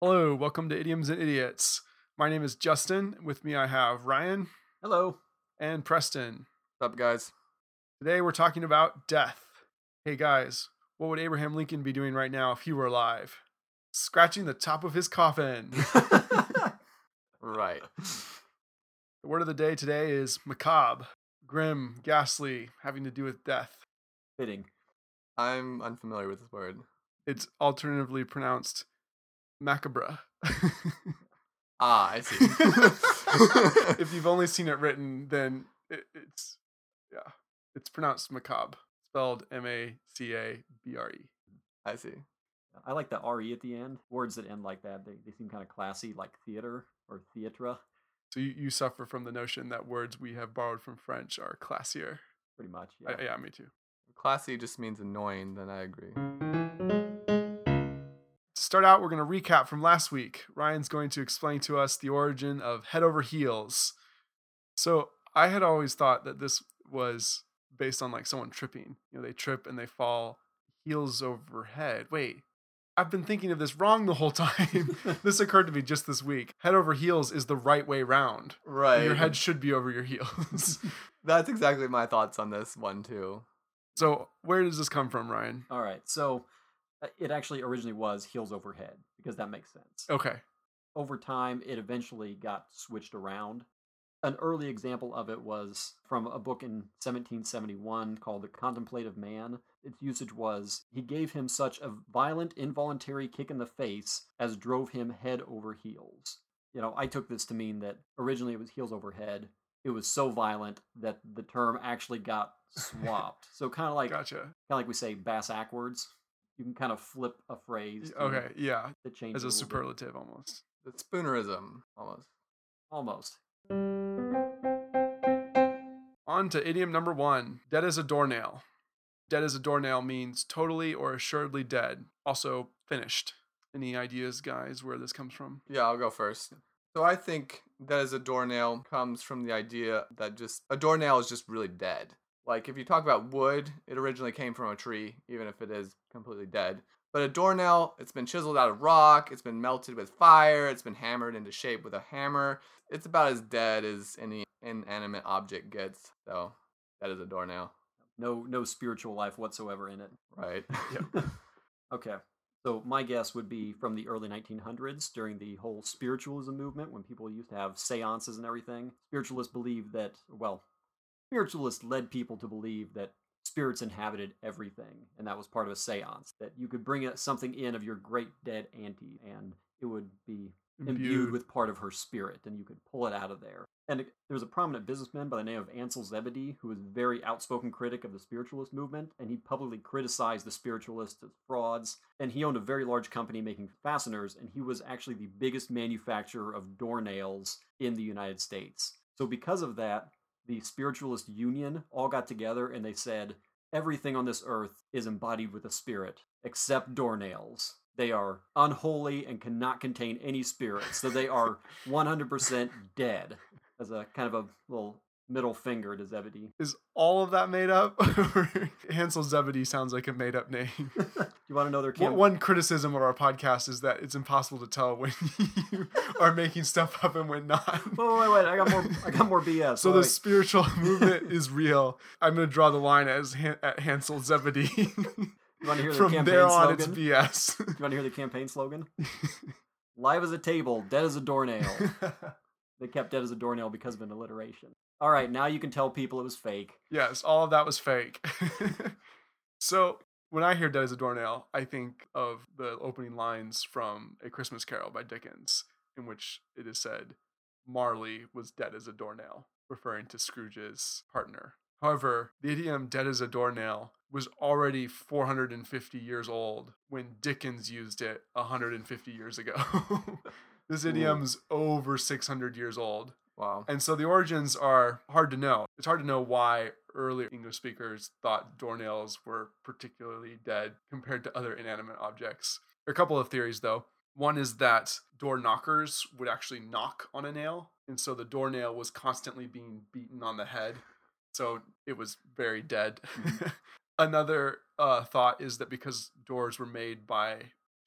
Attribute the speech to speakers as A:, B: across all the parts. A: Hello, welcome to Idioms and Idiots. My name is Justin. With me, I have Ryan
B: Hello. What's
A: and Preston.
B: up, guys?
A: Today, we're talking about death. Hey, guys, what would Abraham Lincoln be doing right now if he were alive? Scratching the top of his coffin.
B: right.
A: the word of the day today is macabre, grim, ghastly, having to do with death.
B: Fitting. I'm unfamiliar with this word.
A: It's alternatively pronounced macabre.
B: Ah, I see.
A: if you've only seen it written, then it, it's yeah, it's pronounced macabre, spelled M A C A B R E.
B: I see.
C: I like the re at the end. Words that end like that, they, they seem kind of classy, like theater or theatra,
A: So you, you suffer from the notion that words we have borrowed from French are classier.
C: pretty much.
A: I-
C: Yeah.
A: yeah me too.
B: Classy just means annoying, then I agree.
A: To start out, we're going to recap from last week. Ryan's going to explain to us the origin of head over heels. So I had always thought that this was based on like someone tripping. You know, they trip and they fall heels over head. Wait, I've been thinking of this wrong the whole time. this occurred to me just this week. Head over heels is the right way round.
B: Right.
A: Your head should be over your heels.
B: That's exactly my thoughts on this one, too.
A: so where does this come from, Ryan?
C: All right. So uh, it actually originally was heels over head because that makes sense.
A: Okay.
C: Over time, it eventually got switched around. An early example of it was from a book in 1771 called The Contemplative Man. Its usage was he gave him such a violent, involuntary kick in the face as drove him head over heels. you know, I took this to mean that originally it was heels over head. It was so violent that the term actually got swapped. so kind of like kind
A: Gotcha.
C: of like we say bass backwards. You can kind of flip a phrase. to-
A: Okay. Yeah.
C: To change
A: As a
C: it little bit.
A: superlative almost.
B: The spoonerism, almost.
C: Almost.
A: On to idiom number one dead as a doornail. Dead as a doornail means totally or assuredly dead, also finished. Any ideas, guys, where this comes from?
B: Yeah, I'll go first. So I think that as a doornail comes from the idea that just a doornail is just really dead. Like if you talk about wood, it originally came from a tree, even if it is completely dead. But a doornail, it's been chiseled out of rock, it's been melted with fire, it's been hammered into shape with a hammer. It's about as dead as any inanimate object gets. So that is a doornail,
C: No no spiritual life whatsoever in it.
B: right?
C: Okay. So my guess would be from the early 1900s during the whole spiritualism movement when people used to have séances and everything. Spiritualists believed that well, spiritualists led people to believe that spirits inhabited everything and that was part of a séance that you could bring a- something in of your great dead auntie and it would be imbued, with part of her spirit, and you could pull it out of there. And it- there was a prominent businessman by the name of Ansel Zebedee who was a very outspoken critic of the spiritualist movement, and he publicly criticized the spiritualists as frauds. And he owned a very large company making fasteners, and he was actually the biggest manufacturer of door nails in the United States. So because of that, the spiritualist union all got together and they said, Everything on this earth is embodied with a spirit, except door nails. They are unholy and cannot contain any spirit, so they are 100% dead. As a kind of a little middle finger to Zebedee.
A: Is all of that made up? Hansel Zebedee sounds like a made up name.
C: Do you want to know their
A: One-
C: camp?
A: One criticism of our podcast is that it's impossible to tell when you are making stuff up and when not.
C: Wait, wait, wait! I got more. I got more BS.
A: So
C: wait,
A: the
C: wait.
A: spiritual movement is real. I'm going to draw the line as Han- at Hansel Zebedee.
C: You want to hear their
A: From
C: campaign
A: there on,
C: slogan?
A: it's BS.
C: Do you want to hear the campaign slogan? Live as a table, dead as a doornail. they kept dead as a doornail because of an alliteration. All right, now you can tell people it was fake.
A: yes, all of that was fake. so when I hear "dead as a doornail," I think of the opening lines from *A Christmas Carol* by Dickens, in which it is said, "Marley was dead as a doornail," referring to Scrooge's partner. However, the idiom "dead as a doornail" was already 450 years old when Dickens used it 150 years ago. this
C: Ooh.
A: idiom's over 600 years old.
B: Wow.
A: And so the origins are hard to know. It's hard to know why early English speakers thought doornails were particularly dead compared to other inanimate objects. There are a couple of theories, though. One is that door knockers would actually knock on a nail. And so the doornail was constantly being beaten on the head. So it was very dead. Another uh, thought is that because doors were made by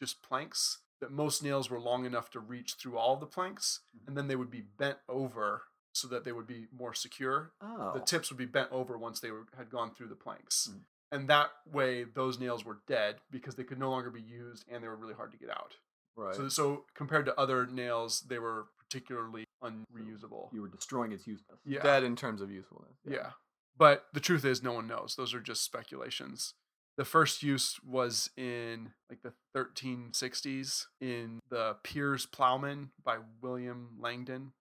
A: just planks, that most nails were long enough to reach through all the planks, and then they would be bent over so that they would be more secure.
C: Oh.
A: The tips would be bent over once they were, had gone through the planks.
C: Mm.
A: And that way, those nails were dead because they could no longer be used and they were really hard to get out.
B: Right.
A: So, so compared to other nails, they were particularly unreusable.
C: you were destroying its useless.
A: Yeah.
B: Dead in terms of usefulness.
A: Yeah. But the truth is, no one knows. Those are just speculations. The first use was in like the 1360s in the Piers Plowman by William Langdon.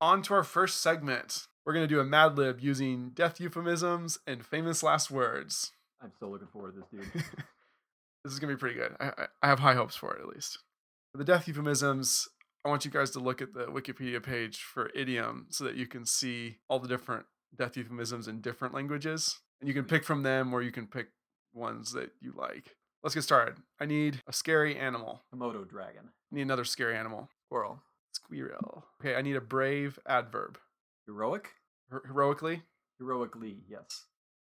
A: On to our first segment. We're going to do a Mad Lib using death euphemisms and famous last words.
C: I'm so looking forward to this, dude.
A: This is going to be pretty good. I, I- I have high hopes for it, at least. For the death euphemisms, I want you guys to look at the Wikipedia page for idiom so that you can see all the different death euphemisms in different languages. And you can pick from them or you can pick ones that you like. Let's get started. I need a scary animal.
C: Komodo dragon,
A: I need another scary animal.
B: Squirrel.
A: Squirrel. Okay, I need a brave adverb.
C: heroic,
A: Her- heroically.
C: heroically, yes.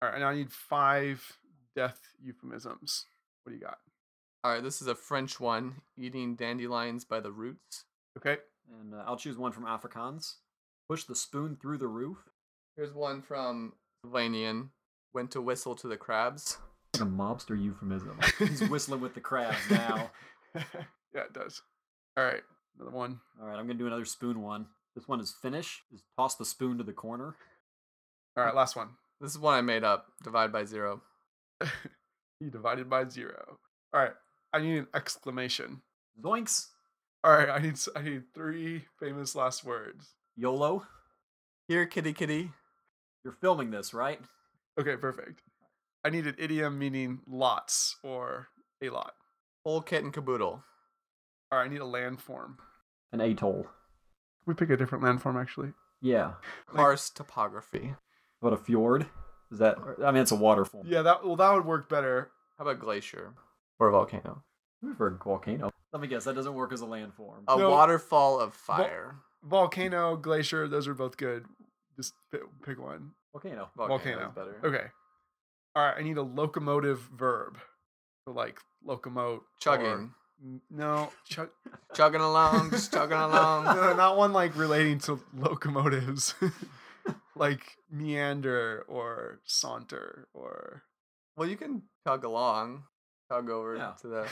A: All right, and I need five death euphemisms. What do you got?
B: All right, this is a French one. Eating dandelions by the roots.
A: Okay.
C: And uh, I'll choose one from Afrikaans. Push the spoon through the roof.
B: Here's one from Sylvanian. Went to whistle to the crabs.
C: It's a mobster euphemism. He's whistling with the crabs now.
A: yeah, it does. All right, another one.
C: All right, I'm gonna do another spoon one. This one is finish. Is toss the spoon to the corner.
A: All right, last one.
B: This is one I made up. Divide by zero.
A: You divided by zero. All right, I need an exclamation.
C: Zoinks.
A: All right, I need s- I need three famous last words.
C: YOLO.
B: Here, kitty, kitty.
C: You're filming this, right?
A: Okay, perfect. I need an idiom meaning lots or a lot.
B: Whole kit and caboodle.
A: All right, I need a landform.
C: An atoll.
A: We pick a different landform actually.
C: Yeah.
B: Karst topography.
C: What a fjord. Is that? I mean, it's a waterfall.
A: Yeah, that well that would work better.
B: How about glacier or volcano?
C: We've heard volcano. Let me guess. That doesn't work as a landform.
B: A
A: No.
B: waterfall of fire.
A: Volcano, glacier, those are both good. Just pi- pick one.
C: Volcano.
B: volcano.
A: Volcano.
B: Is better.
A: Okay. All right, I need a locomotive verb. So like locomote. or-
B: Chugging.
A: N- No, chug.
B: Chugging along, just chugging along.
A: no, not one like relating to locomotives, like meander or saunter or.
B: Well, you can chug along. Chug over
C: Yeah.
B: to the.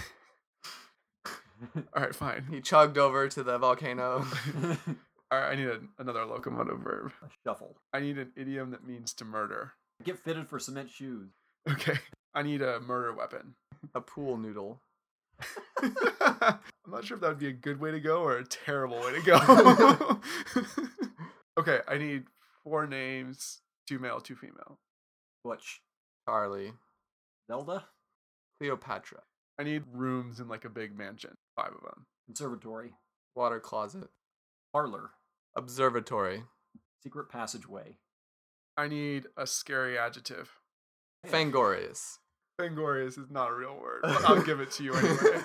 A: All right, fine.
B: He chugged over to the volcano.
C: a
A: All right, I need a, another locomotive verb.
C: shuffle.
A: I need an idiom that means to murder.
C: Get fitted for cement shoes.
A: Okay, I need a murder weapon.
B: a pool noodle.
A: I'm not sure if that would be a good way to go or a terrible way to go. okay, I need four names: two male, two female.
C: Butch.
B: Charlie.
C: Zelda.
B: Cleopatra.
A: I need rooms in like a big mansion, five of them.
C: Conservatory.
B: Water closet.
C: Parlor.
B: Observatory.
C: Secret passageway.
A: I need a scary adjective.
B: Fangorius.
A: Fangorious is not a real word, but I'll give it to you anyway.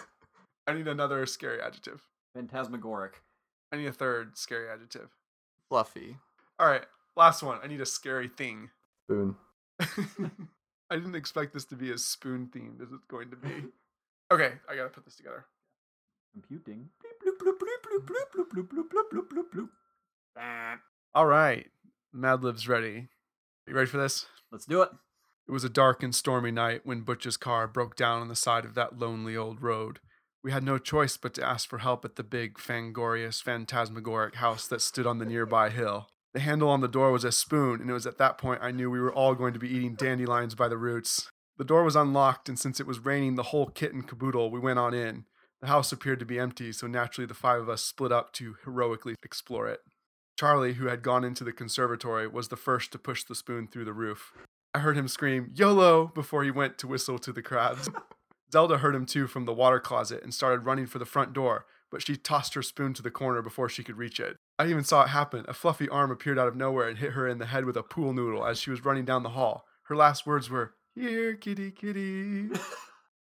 A: I need another scary adjective.
C: Phantasmagoric.
A: I need a third scary adjective.
B: Fluffy.
A: All right, last one. I need a scary thing.
B: Spoon.
A: I didn't expect this to be as spoon themed as it's going to be. Okay, I gotta put this together.
C: Computing. Bloop, bloop, bloop, bloop, bloop, bloop, bloop, bloop, bloop, bloop, bloop, bloop.
A: All right, Mad Lib's ready. You ready for this?
C: Let's do it.
A: It was a dark and stormy night when Butch's car broke down on the side of that lonely old road. We had no choice but to ask for help at the big, fangorious, phantasmagoric house that stood on the nearby hill. The handle on the door was a spoon, and it was at that point I knew we were all going to be eating dandelions by the roots. The door was unlocked, and since it was raining the whole kit and caboodle, we went on in. The house appeared to be empty, so naturally the five of us split up to heroically explore it. Charlie, who had gone into the conservatory, was the first to push the spoon through the roof. I heard him scream, YOLO, before he went to whistle to the crabs. Zelda heard him too from the water closet and started running for the front door, but she tossed her spoon to the corner before she could reach it. I even saw it happen. A fluffy arm appeared out of nowhere and hit her in the head with a pool noodle as she was running down the hall. Her last words were, Here, kitty, kitty.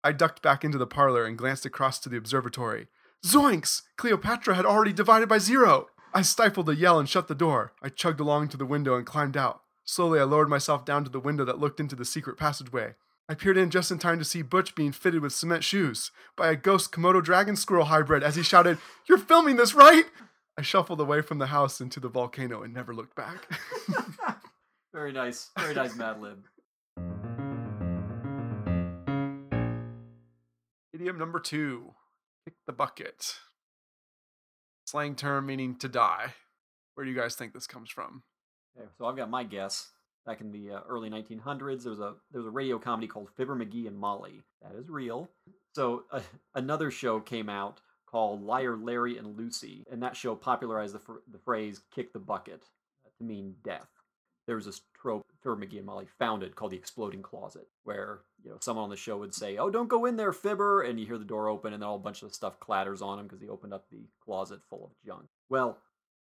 A: I ducked back into the parlor and glanced across to the observatory. Zoinks! Cleopatra had already divided by zero! I stifled a yell and shut the door. I chugged along to the window and climbed out. Slowly, I lowered myself down to the window that looked into the secret passageway. I peered in just in time to see Butch being fitted with cement shoes by a ghost Komodo dragon squirrel hybrid as he shouted, You're filming this, right? I shuffled away from the house into the volcano and never looked back.
C: Very nice. Very nice, Mad Lib.
A: Idiom number two kick the bucket. Slang term meaning to die. Where do you guys think this comes from?
C: Okay, so I've got my guess. Back in the uh, early 1900s, there was a there was a radio comedy called Fibber McGee and Molly. That is real. So uh, another show came out called Liar Larry and Lucy, and that show popularized the, fr- the phrase "kick the bucket" uh, to mean death. There was this trope Fibber McGee and Molly founded called the exploding closet, where you know someone on the show would say, "Oh, don't go in there, Fibber," and you hear the door open, and then all a bunch of stuff clatters on him because he opened up the closet full of junk. Well,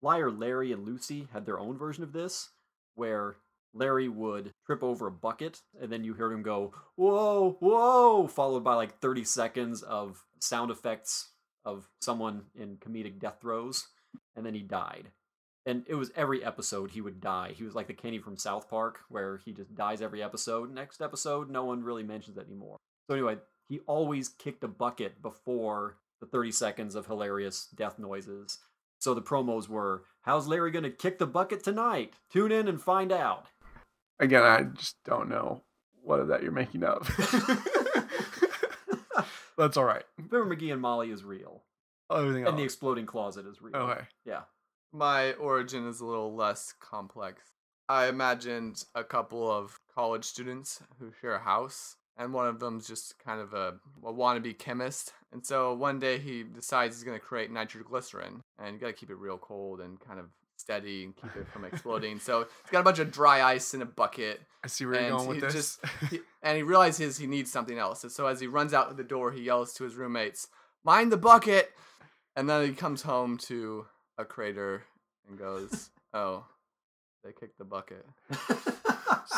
C: Liar Larry and Lucy had their own version of this, where Larry would trip over a bucket, and then you heard him go, whoa, whoa, followed by like 30 seconds of sound effects of someone in comedic death throes, and then he died. And it was every episode he would die. He was like the Kenny from South Park, where he just dies every episode. Next episode, no one really mentions it anymore. So, anyway, he always kicked a bucket before the 30 seconds of hilarious death noises. So the promos were, How's Larry going to kick the bucket tonight? Tune in and find out.
A: Again, I just don't know what of that you're making up. That's all right.
C: Fibber McGee and Molly is real.
A: Everything
C: And the
A: else.
C: exploding closet is real.
A: Oh. Okay.
C: Yeah.
B: My origin is a little less complex. I imagined a couple of college students who share a house, and one of them's just kind of a, a wannabe chemist. And so one day he decides he's going to create nitroglycerin, and you got to keep it real cold and kind of steady and keep it from exploding. so he's got a bunch of dry ice in a bucket,
A: I see where you're
B: And
A: going with
B: he
A: this.
B: just- he, and he realizes he needs something else. And so as he runs out the door, he yells to his roommates, "Mind the bucket!" And then he comes home to a crater and goes, "Oh, they kicked the bucket."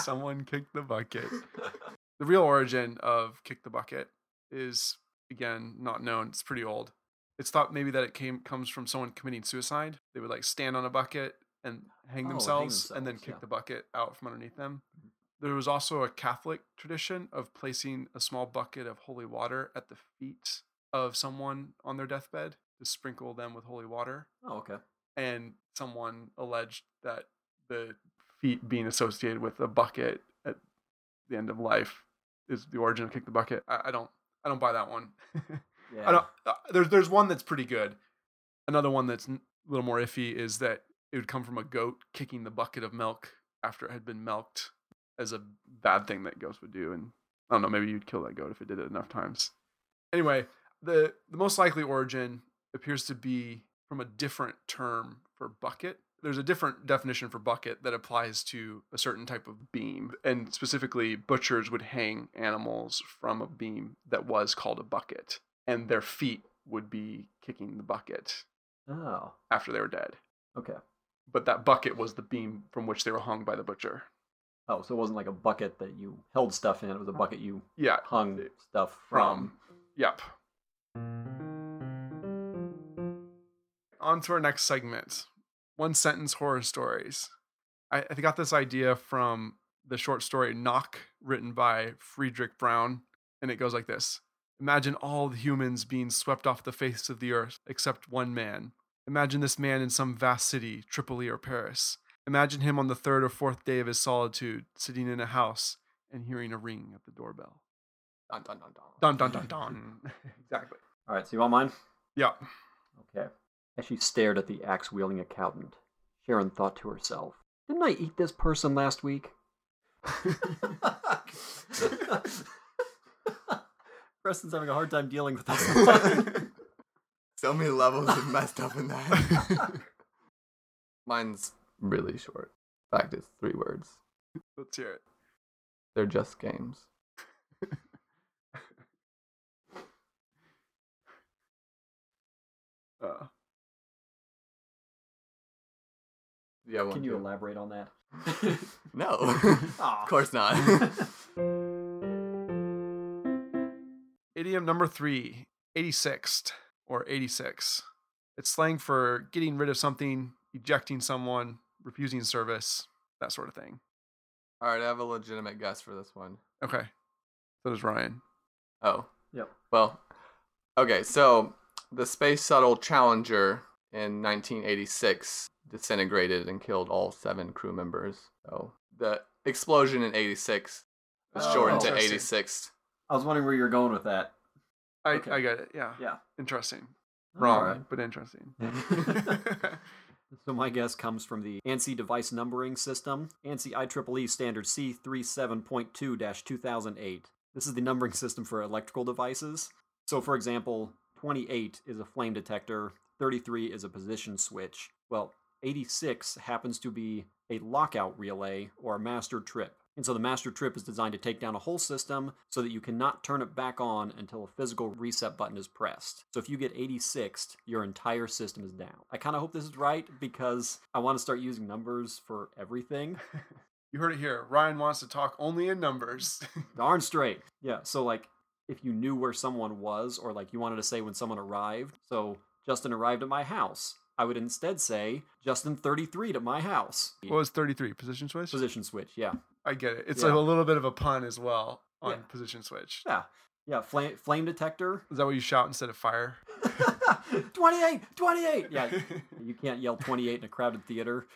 A: Someone kicked the bucket. The real origin of kick the bucket is again not known. It's pretty old. It's thought maybe that it came comes from someone committing suicide. They would like stand on a bucket and hang,
C: Oh, hang
A: themselves, and then
C: themselves,
A: kick
C: yeah. Mm-hmm.
A: the bucket out from underneath them. There was also a Catholic tradition of placing a small bucket of holy water at the feet of someone on their deathbed to sprinkle them with holy water
C: oh, okay.
A: and someone alleged that the feet being associated with a bucket at the end of life is the origin of kick the bucket. I, I don't I don't buy that one.
C: Yeah.
A: I don't. Uh, there's there's one that's pretty good. Another one that's n- a little more iffy is that it would come from a goat kicking the bucket of milk after it had been milked as a bad thing that ghosts would do. And I don't know, maybe you'd kill that goat if it did it enough times. Anyway, the the most likely origin appears to be from a different term for bucket. There's a different definition for bucket that applies to a certain type of beam, and specifically, butchers would hang animals from a beam that was called a bucket and their feet would be kicking the bucket
C: Oh,
A: after they were dead.
C: okay.
A: But that bucket was the beam from which they were hung by the butcher.
C: Oh, so it wasn't like a bucket that you held stuff in. It was a bucket you
A: Yeah.
C: hung stuff
A: From.
C: from.
A: Yep. On to our next segment one sentence horror stories. I, I got this idea from the short story Knock, written by Friedrich Brown, and it goes like this Imagine all the humans being swept off the face of the earth except one man. Imagine this man in some vast city, Tripoli or Paris. Imagine him on the third or fourth day of his solitude, sitting in a house and hearing a ring at the doorbell.
B: Dun dun dun dun.
A: Dun dun dun dun. exactly.
C: All right, so you want mine?
A: Yeah.
C: Okay. As she stared at the axe wielding accountant, Sharon thought to herself, Didn't I eat this person last week? Preston's having a hard time dealing with that.
B: So many levels of messed up in that. Mine's really short. In fact, it's three words.
A: Let's hear it.
B: They're just games.
A: Uh,
B: Yeah. one,
C: Can you
B: two.
C: elaborate on that?
B: No. of course not.
A: idiom number three, 86th or 86. It's slang for getting rid of something, ejecting someone, refusing service, that sort of thing.
B: All right, I have a legitimate guess for this one.
A: Okay. So does Ryan.
B: Oh.
C: Yep.
B: Well, okay, so the space shuttle Challenger in 1986 disintegrated and killed all seven crew members. So the explosion in 86 was
C: Oh,
B: shortened to
A: interesting.
B: 86.
C: I was wondering where you're going with that.
A: I,
C: Okay.
A: I get it. Yeah.
C: Yeah.
A: Interesting. Wrong,
C: Alright.
A: but interesting.
C: So my guess comes from the ANSI device numbering system, ANSI IEEE E standard C37.2-2008. This is the numbering system for electrical devices. So for example, 28 is a flame detector, 33 is a position switch. Well, 86 happens to be a lockout relay or a master trip. And so the master trip is designed to take down a whole system so that you cannot turn it back on until a physical reset button is pressed. So if you get 86th, your entire system is down. I kind of hope this is right because I want to start using numbers for everything.
A: you heard it here. Ryan wants to talk only in numbers.
C: Darn straight. Yeah. So like if you knew where someone was or like you wanted to say when someone arrived, so Justin arrived at my house, I would instead say Justin 33 to my house.
A: what was 33? Position switch?
C: Position switch, yeah.
A: I get it. It's
C: Yeah.
A: a little bit of a pun as well on
C: Yeah.
A: position switch.
C: Yeah. Yeah, flame, flame detector.
A: Is that what you shout instead of fire?
C: 28, 28. Yeah, you can't yell 28 in a crowded theater.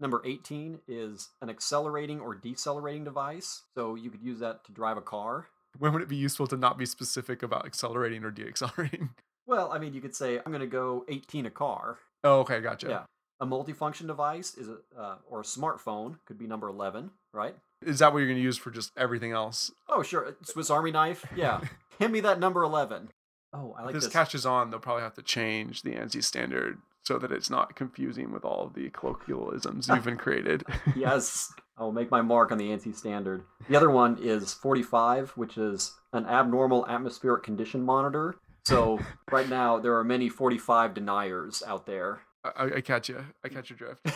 C: Number 18 is an accelerating or decelerating device. So you could use that to drive a car.
A: when would it be useful to not be specific about accelerating or deaccelerating?
C: Well, I mean, you could say, I'm going to go 18 a car.
A: Oh, okay, gotcha.
C: Yeah. A multifunction device is a, uh, or a smartphone could be number 11, right?
A: Is that what you're going to use for just everything else?
C: Oh, sure. a Swiss Army knife. Yeah. Hand me that number 11. Oh, I like
A: if this,
C: this.
A: catches on, they'll probably have to change the ANSI standard so that it's not confusing with all of the colloquialisms you've been created.
C: yes. I will make my mark on the ANSI standard. The other one is 45, which is an abnormal atmospheric condition monitor. So right now there are many 45 deniers out there.
A: I, I- I catch you.
C: Mm.
A: I catch your drift.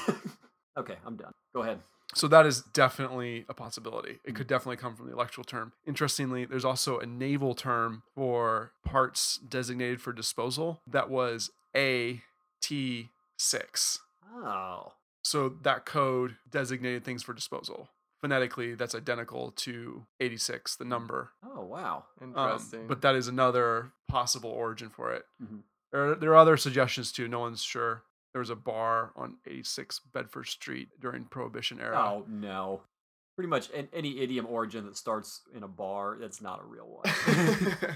C: Okay, I'm done. Go ahead.
A: So that is definitely a possibility.
C: Mm.
A: It could definitely come from the electrical term. Interestingly, there's also a naval term for parts designated for disposal that was AT6.
C: Oh.
A: So that code designated things for disposal. Phonetically, that's identical to 86, the number.
C: Oh, wow.
A: Um,
B: Interesting. Mm-hmm.
A: but that is another possible origin for it.
C: Mhm.
A: There, are, there are other suggestions too. No one's sure. There was a bar on 86 Bedford Street during Prohibition era.
C: Oh, no. Pretty much an, any idiom origin that starts in a bar, that's not a real one.
B: that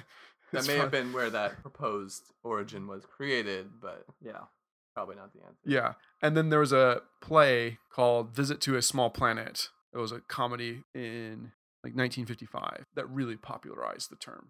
A: It's
B: may have
A: fun.
B: been where that proposed origin was created, but
C: yeah.
B: probably not the answer.
A: Yeah. And then there was a play called Visit to a Small Planet. It was a comedy in like 1955 that really popularized the term.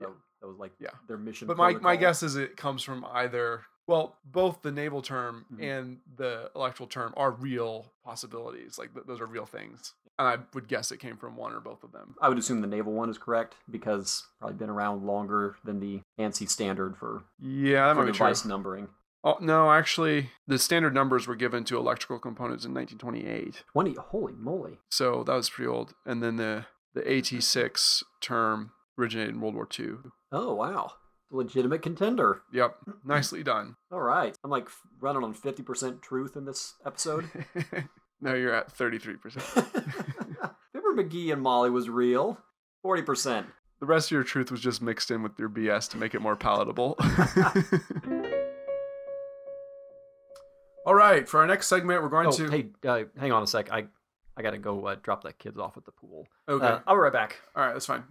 C: So that was like
A: Yeah.
C: their mission.
A: But my, my
C: protocol.
A: guess is it comes from either, well, both the naval term
C: Mhm.
A: and the electoral term are real possibilities. Like th- those are real things. And I would guess it came from one or both of them.
C: I would assume the naval one is correct because probably been around longer than the ANSI standard for,
A: Yeah, that
C: for
A: might be true.
C: device numbering.
A: Oh, no, actually, the standard numbers were given to electrical components in 1928.
C: 20, holy moly.
A: So that was pretty old. And then the the AT6 term originated in World War II.
C: Oh, wow. Legitimate contender.
A: Yep, nicely done.
C: All right. I'm like running on 50% truth in this episode.
A: now you're at 33%.
C: Remember McGee and Molly was real? 40%.
A: The rest of your truth was just mixed in with your BS to make it more palatable. All right, for our next segment, we're going to.
C: hey, uh, hang on a sec. I, I got to go uh, drop the kids off at the pool. Uh,
A: okay.
C: I'll be right back.
A: All right, that's fine.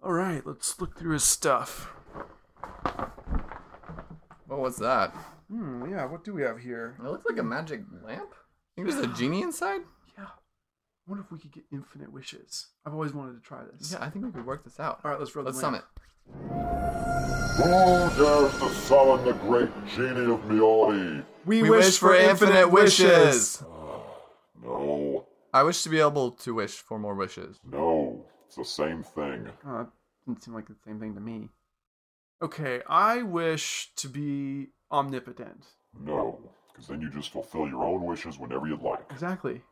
A: All right, let's look through his stuff.
B: What was that?
A: Hmm, yeah, what do we have here?
B: It looks like a magic lamp. I think there's a genie inside.
A: Yeah. I wonder if we could get infinite wishes. I've always wanted to try this.
B: Yeah, I think we could work this out.
A: All right, let's roll the
B: Let's
A: lamp.
B: summit.
D: Who dares to summon the great genie of Meodi?
A: We,
D: No,
B: I wish to be able to wish for more wishes.
D: no, it's the same thing.
A: Uh, doesn't seem like the same thing to me. Okay, I wish to be omnipotent.
D: No, because then you just fulfill your own wishes whenever you'd like.
A: Exactly.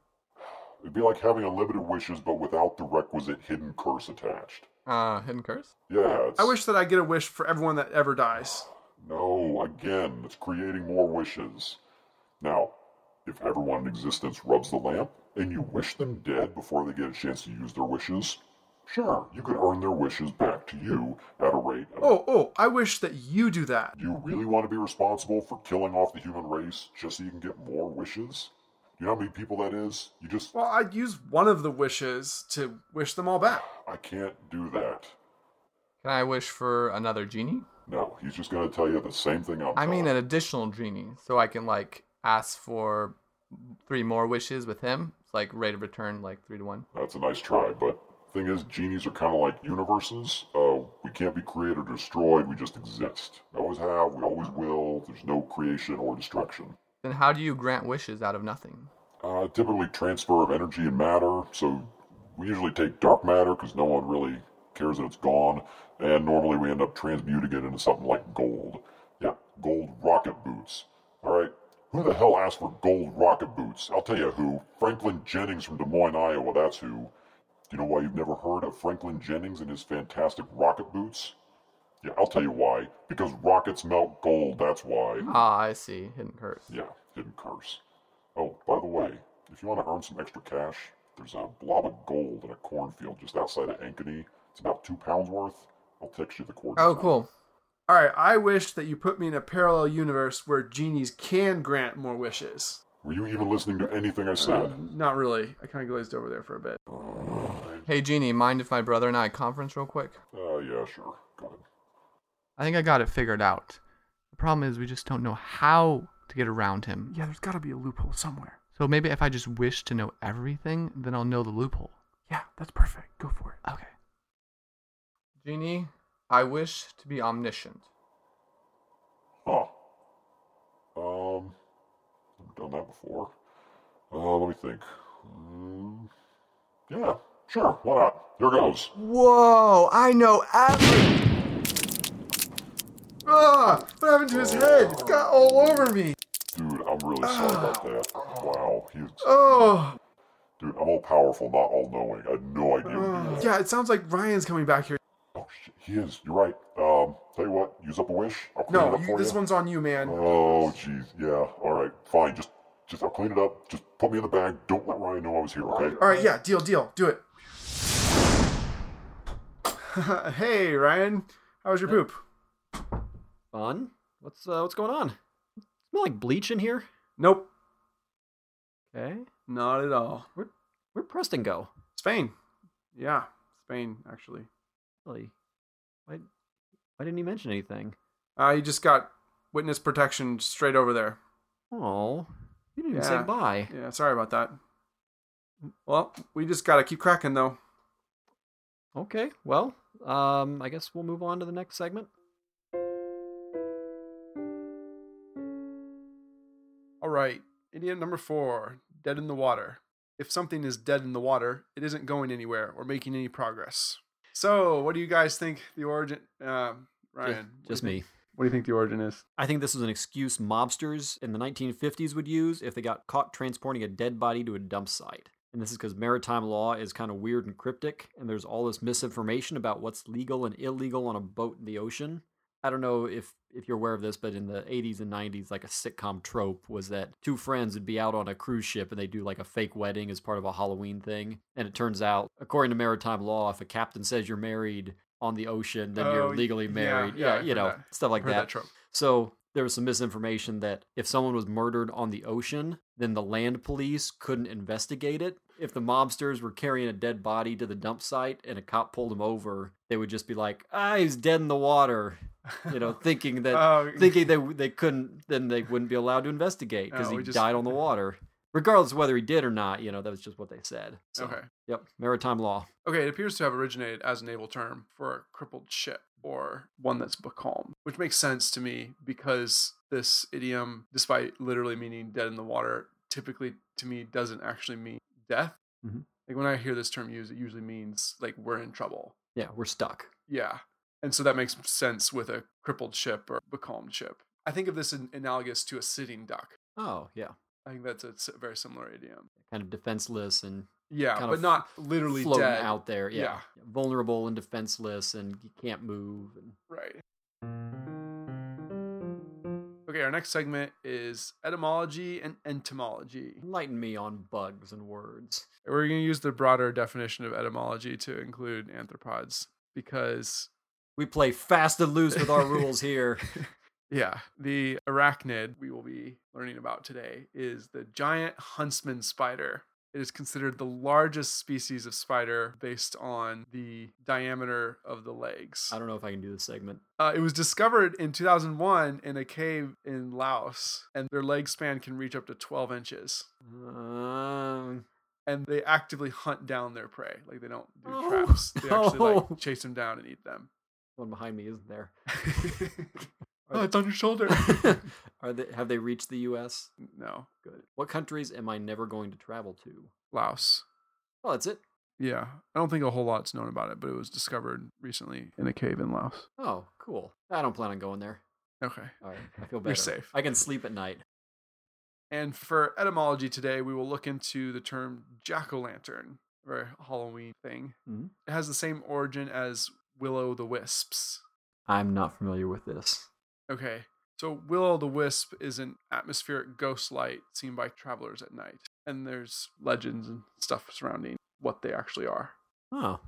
D: It'd be like having unlimited wishes, but without the requisite hidden curse attached.
B: Uh, hidden curse?
D: Yeah, it's...
A: I wish that I get a wish for everyone that ever dies.
D: No, again, it's creating more wishes. Now, if everyone in existence rubs the lamp, and you wish them dead before they get a chance to use their wishes, sure, you could earn their wishes back to you at a rate of.
A: Oh, oh, I wish that you do that.
D: Do you really want to be responsible for killing off the human race just so you can get more wishes? You know how many people that is? You just.
A: Well, I'd use one of the wishes to wish them all back.
D: I can't do that.
B: Can I wish for another genie?
D: No, he's just going to tell you the same thing I'm
B: I mean
D: telling
B: an additional genie, so I can like ask for three more wishes with him. It's like rate of return like three to one.
D: That's a nice try, but thing is, genies are kind of like universes. Uh, we can't be created or destroyed. We just exist. We always have. We always will. There's no creation or destruction.
B: Then how do you grant wishes out of nothing?
D: Uh, typically, transfer of energy and matter. So we usually take dark matter because no one really cares that it's gone, and normally we end up transmuting it into something like gold. Yeah, gold rocket boots. All right. Who the hell asked for gold rocket boots? I'll tell you who. Franklin Jennings from Des Moines, Iowa. That's who. Do you know why you've never heard of Franklin Jennings and his fantastic rocket boots? Yeah, I'll tell you why. Because rockets melt gold, that's why.
B: Ah, I see. Hidden curse.
D: Yeah, hidden curse. Oh, by the way, if you want to earn some extra cash, there's a blob of gold in a cornfield just outside of Ankeny. It's about two pounds worth. I'll text you the coordinates.
B: Oh, cool.
A: All right, I wish that you put me in a parallel universe where genies can grant more wishes.
D: Were you even listening to anything I said?
B: Um,
A: Not really. I kind of glazed over there for a bit.
B: Hey genie, mind if my brother and I conference real quick?
D: Uh, yeah, sure. Go ahead.
B: I think I got it figured out. The problem is we just don't know how to get around him.
A: Yeah, there's got to be a loophole somewhere.
B: So maybe if I just wish to know everything, then I'll know the loophole.
A: Yeah, that's perfect. Go for it.
B: Okay. Genie, I wish to be omniscient.
D: Huh. Um, I've done that before. Uh, let me think. Mm, yeah, sure. Why not? Here goes.
B: Whoa, I know everything.
A: Ah, what happened to his head? It's got all over me.
D: Dude, I'm really sorry about that. Wow, he's
A: Oh,
D: dude. I'm all powerful, not all knowing. I had no idea. you'd do that.
A: oh, yeah. It sounds like Ryan's coming back here.
D: Oh shit, he is. You're right. Um, tell you what, use up a wish. I'll clean it
A: No,
D: up
A: you,
D: for
A: this
D: you.
A: one's on you, man.
D: Oh jeez, yeah. All right, fine. Just, just I'll clean it up. Just put me in the bag. Don't let Ryan know I was here. Okay.
A: All right, yeah. Deal, deal. Do it. hey, Ryan. How was your poop?
C: Fun. What's uh, what's going on? Smell like bleach in here.
A: Nope,
C: Okay.
A: not at all.
C: Where'd Preston go?
A: Spain. Yeah, Spain actually.
C: Really? Why? Why didn't he mention anything?
A: Uh, you just got witness protection straight over there.
C: Oh, he didn't even
A: Yeah.
C: say bye.
A: Yeah, sorry about that. Well, we just gotta keep cracking though.
C: Okay. Well, um, I guess we'll move on to the next segment.
A: All right, idiom number four dead in the water. If something is dead in the water, it isn't going anywhere or making any progress. So, what do you guys think the origin? Uh, Ryan, what
C: Just-
A: do
C: just
A: you
C: me.
A: think- What do you think the origin is?
C: I think this was an excuse mobsters in the 1950s would use if they got caught transporting a dead body to a dump site. And this is because maritime law is kind of weird and cryptic, and there's all this misinformation about what's legal and illegal on a boat in the ocean. I don't know if, if you're aware of this, but in the 80s and 90s, like a sitcom trope was that two friends would be out on a cruise ship and they do like a fake wedding as part of a Halloween thing. And it turns out, according to maritime law, if a captain says you're married on the ocean, then
A: Oh,
C: you're legally
A: yeah,
C: married.
A: yeah,
C: Yeah,
A: I've
C: you
A: heard
C: know,
A: that.
C: stuff like
A: Heard
C: that.
A: that trope.
C: So there was some misinformation that if someone was murdered on the ocean, then the land police couldn't investigate it. If the mobsters were carrying a dead body to the dump site and a cop pulled him over, they would just be like, "Ah, he's dead in the water," you know, thinking that
A: Oh,
C: thinking they they couldn't, then they wouldn't be allowed to investigate because
A: Oh,
C: he
A: we just-
C: died on the water, regardless of whether he did or not. You know, that was just what they said. So,
A: okay.
C: Yep, maritime law.
A: Okay, it appears to have originated as a naval term for a crippled ship or one that's becalmed, which makes sense to me because this idiom, despite literally meaning dead in the water, typically to me doesn't actually mean death.
C: Mhm.
A: Like when I hear this term used, it usually means like we're in trouble.
C: Yeah, we're stuck.
A: Yeah. And so that makes sense with a crippled ship or becalmed ship. I think of this in, analogous to a sitting duck.
C: Oh yeah,
A: I think that's a s- very similar idiom.
C: kind of defenseless and
A: Yeah,
C: Kind
A: but
C: of
A: not literally
C: floating
A: dead.
C: out there. Yeah.
A: Yeah.
C: Vulnerable and defenseless and you can't move. And
A: Right. Okay, our next segment is etymology and entomology.
C: Enlighten me on bugs and words.
A: We're going to use the broader definition of etymology to include arthropods because,
C: We play fast and loose with our rules here.
A: yeah, the arachnid we will be learning about today is the giant huntsman spider. It is considered the largest species of spider based on the diameter of the legs.
C: I don't know if I can do this segment.
A: Uh, it was discovered in 2001 in a cave in Laos, and their leg span can reach up to 12 inches.
C: Um,
A: and they actively hunt down their prey. Like they don't do
C: Oh,
A: traps. They actually
C: no.
A: like chase them down and eat them.
C: one behind me isn't there.
A: oh, it's on your shoulder.
C: Are they? Have they reached the U.S.?
A: no,
C: Good. What countries am I never going to travel to?
A: Laos.
C: Well, that's it.
A: Yeah, I don't think a whole lot's known about it, but it was discovered recently in a cave in Laos.
C: Oh, cool. I don't plan on going there.
A: Okay.
C: All right, I feel better.
A: You're safe.
C: I can sleep at night.
A: And for etymology today, we will look into the term jack o' lantern, or Halloween thing.
C: Mhm.
A: It has the same origin as willow the wisps.
C: I'm not familiar with this.
A: Okay. So Will o' the Wisp is an atmospheric ghost light seen by travelers at night. And there's legends and stuff surrounding what they actually are.
C: Oh,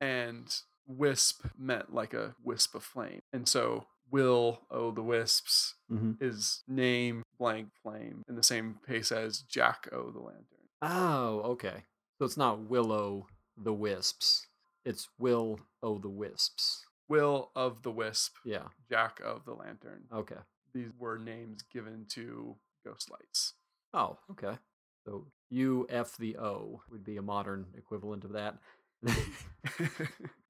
A: And wisp meant like a wisp of flame. And so Will o' the Wisps
C: Mhm.
A: is name blank flame in the same pace as Jack o' the Lantern.
C: oh, okay. So it's not Willow the Wisps. It's Will O the Wisps.
A: Will of the Wisp,
C: Yeah.
A: Jack of the Lantern.
C: Okay.
A: These were names given to ghost lights.
C: Oh, okay. So U F the O would be a modern equivalent of that.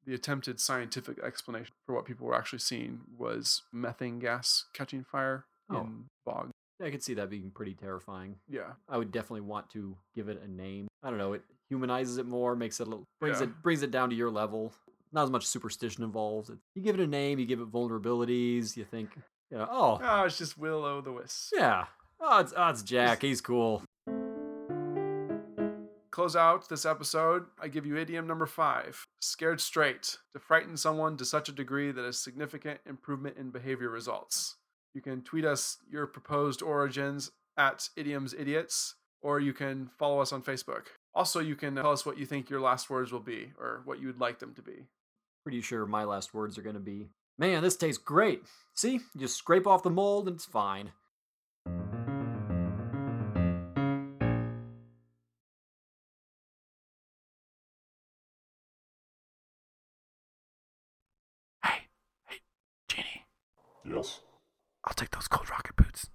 A: the attempted scientific explanation for what people were actually seeing was methane gas catching fire
C: Oh.
A: in bog.
C: I could see that being pretty terrifying.
A: Yeah,
C: I would definitely want to give it a name. I don't know. It humanizes it more, makes it a little, brings
A: Yeah.
C: it brings it down to your level. Not as much superstition involved. It- You give it a name, you give it vulnerabilities. You think, you know, oh
A: ah, it's just will o' the wisp.
C: yeah, oh it's, oh, it's Jack. He's cool.
A: Close out this episode. I give you idiom number five: scared straight to frighten someone to such a degree that a significant improvement in behavior results. You can tweet us your proposed origins at idioms idiots, or you can follow us on Facebook. Also, you can tell us what you think your last words will be, or what you would like them to be.
C: Pretty sure my last words are gonna be, man, this tastes great. See, you just scrape off the mold and it's fine.
E: Hey, hey, Genie,
D: Yes.
E: I'll take those cold rocket boots.